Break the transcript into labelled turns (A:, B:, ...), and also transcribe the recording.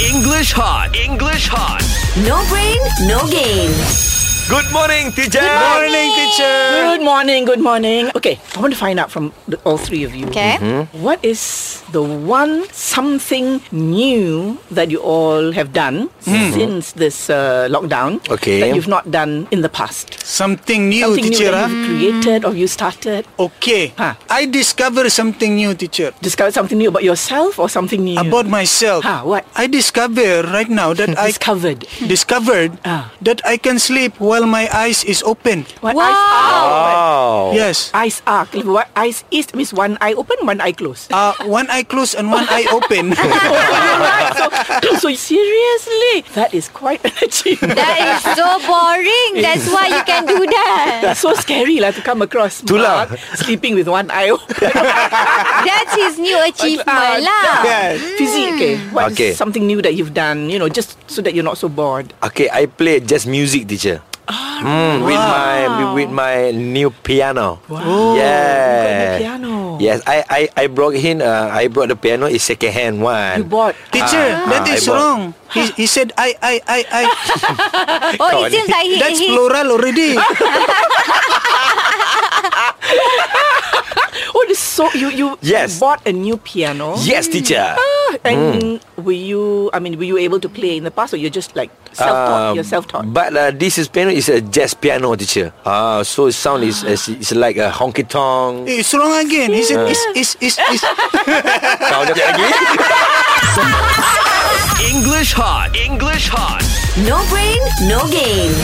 A: English hot. English hot.
B: No brain, no game.
A: Good morning, teacher. Good
C: Morning, teacher.
D: Good morning, good morning. Okay, I want to find out from the, all three of you.
E: Okay.
D: What is the one something new that you all have done since this uh, lockdown
C: Hmm. Okay.
D: that you've not done in the past?
C: Something new,
D: something new
C: teacher.
D: that
C: ah.
D: you've created or you started?
C: Okay.
D: Huh.
C: I discover something new, teacher.
D: Discovered something new about yourself or something new?
C: About myself.
D: Huh, what?
C: I discover right now that I
D: Discovered.
C: discovered
D: Ah.
C: that I can sleep while my eyes is open.
D: What
C: Ah.
D: eyes are?
A: Oh.
C: Yes.
D: Eyes are. What eyes is means one eye open, one eye closed.
C: Uh, one eye closed and one eye open.
D: Ah. so, so seriously, that is quite an achievement.
E: That is so boring. That's why you can do that.
D: That's so scary lah to come across
A: Itulah.
D: Mark sleeping with one eye open.
E: That's his new achievement lah.
D: Kan?
C: yes.
D: Fizzy, okay. What's
A: Okay.
D: eh? something new that you've done, you know, just so that you're not so bored?
A: Okay, I play just music, teacher.
D: Ah,
A: Mm, with my with my new piano. Wow.
D: You've
A: Yeah.
D: got a piano.
A: Yes, I I I brought him. Uh, I brought the piano. It's second hand one.
D: You bored.
C: Teacher,
A: Ah,
C: that
A: ah,
C: is
A: I bought.
C: wrong. He, he said I I I I.
E: Oh, it seems like he,
C: That's
E: he
C: plural already.
D: Oh, this so you you
A: Yes. Mm.
D: bought a new piano.
A: Yes, teacher.
D: Oh, And were you? I mean, were you able to play in the past, or you're just like
A: Uh,
D: self-taught? you're self-taught.
A: But uh, this is piano is a jazz piano, teacher. Ah, so it sound is is, is like a honky tonk.
C: it's wrong again. He said it's it's it's. it's.
A: Kau dapat lagi? English hot. English hot.
B: No brain, no game.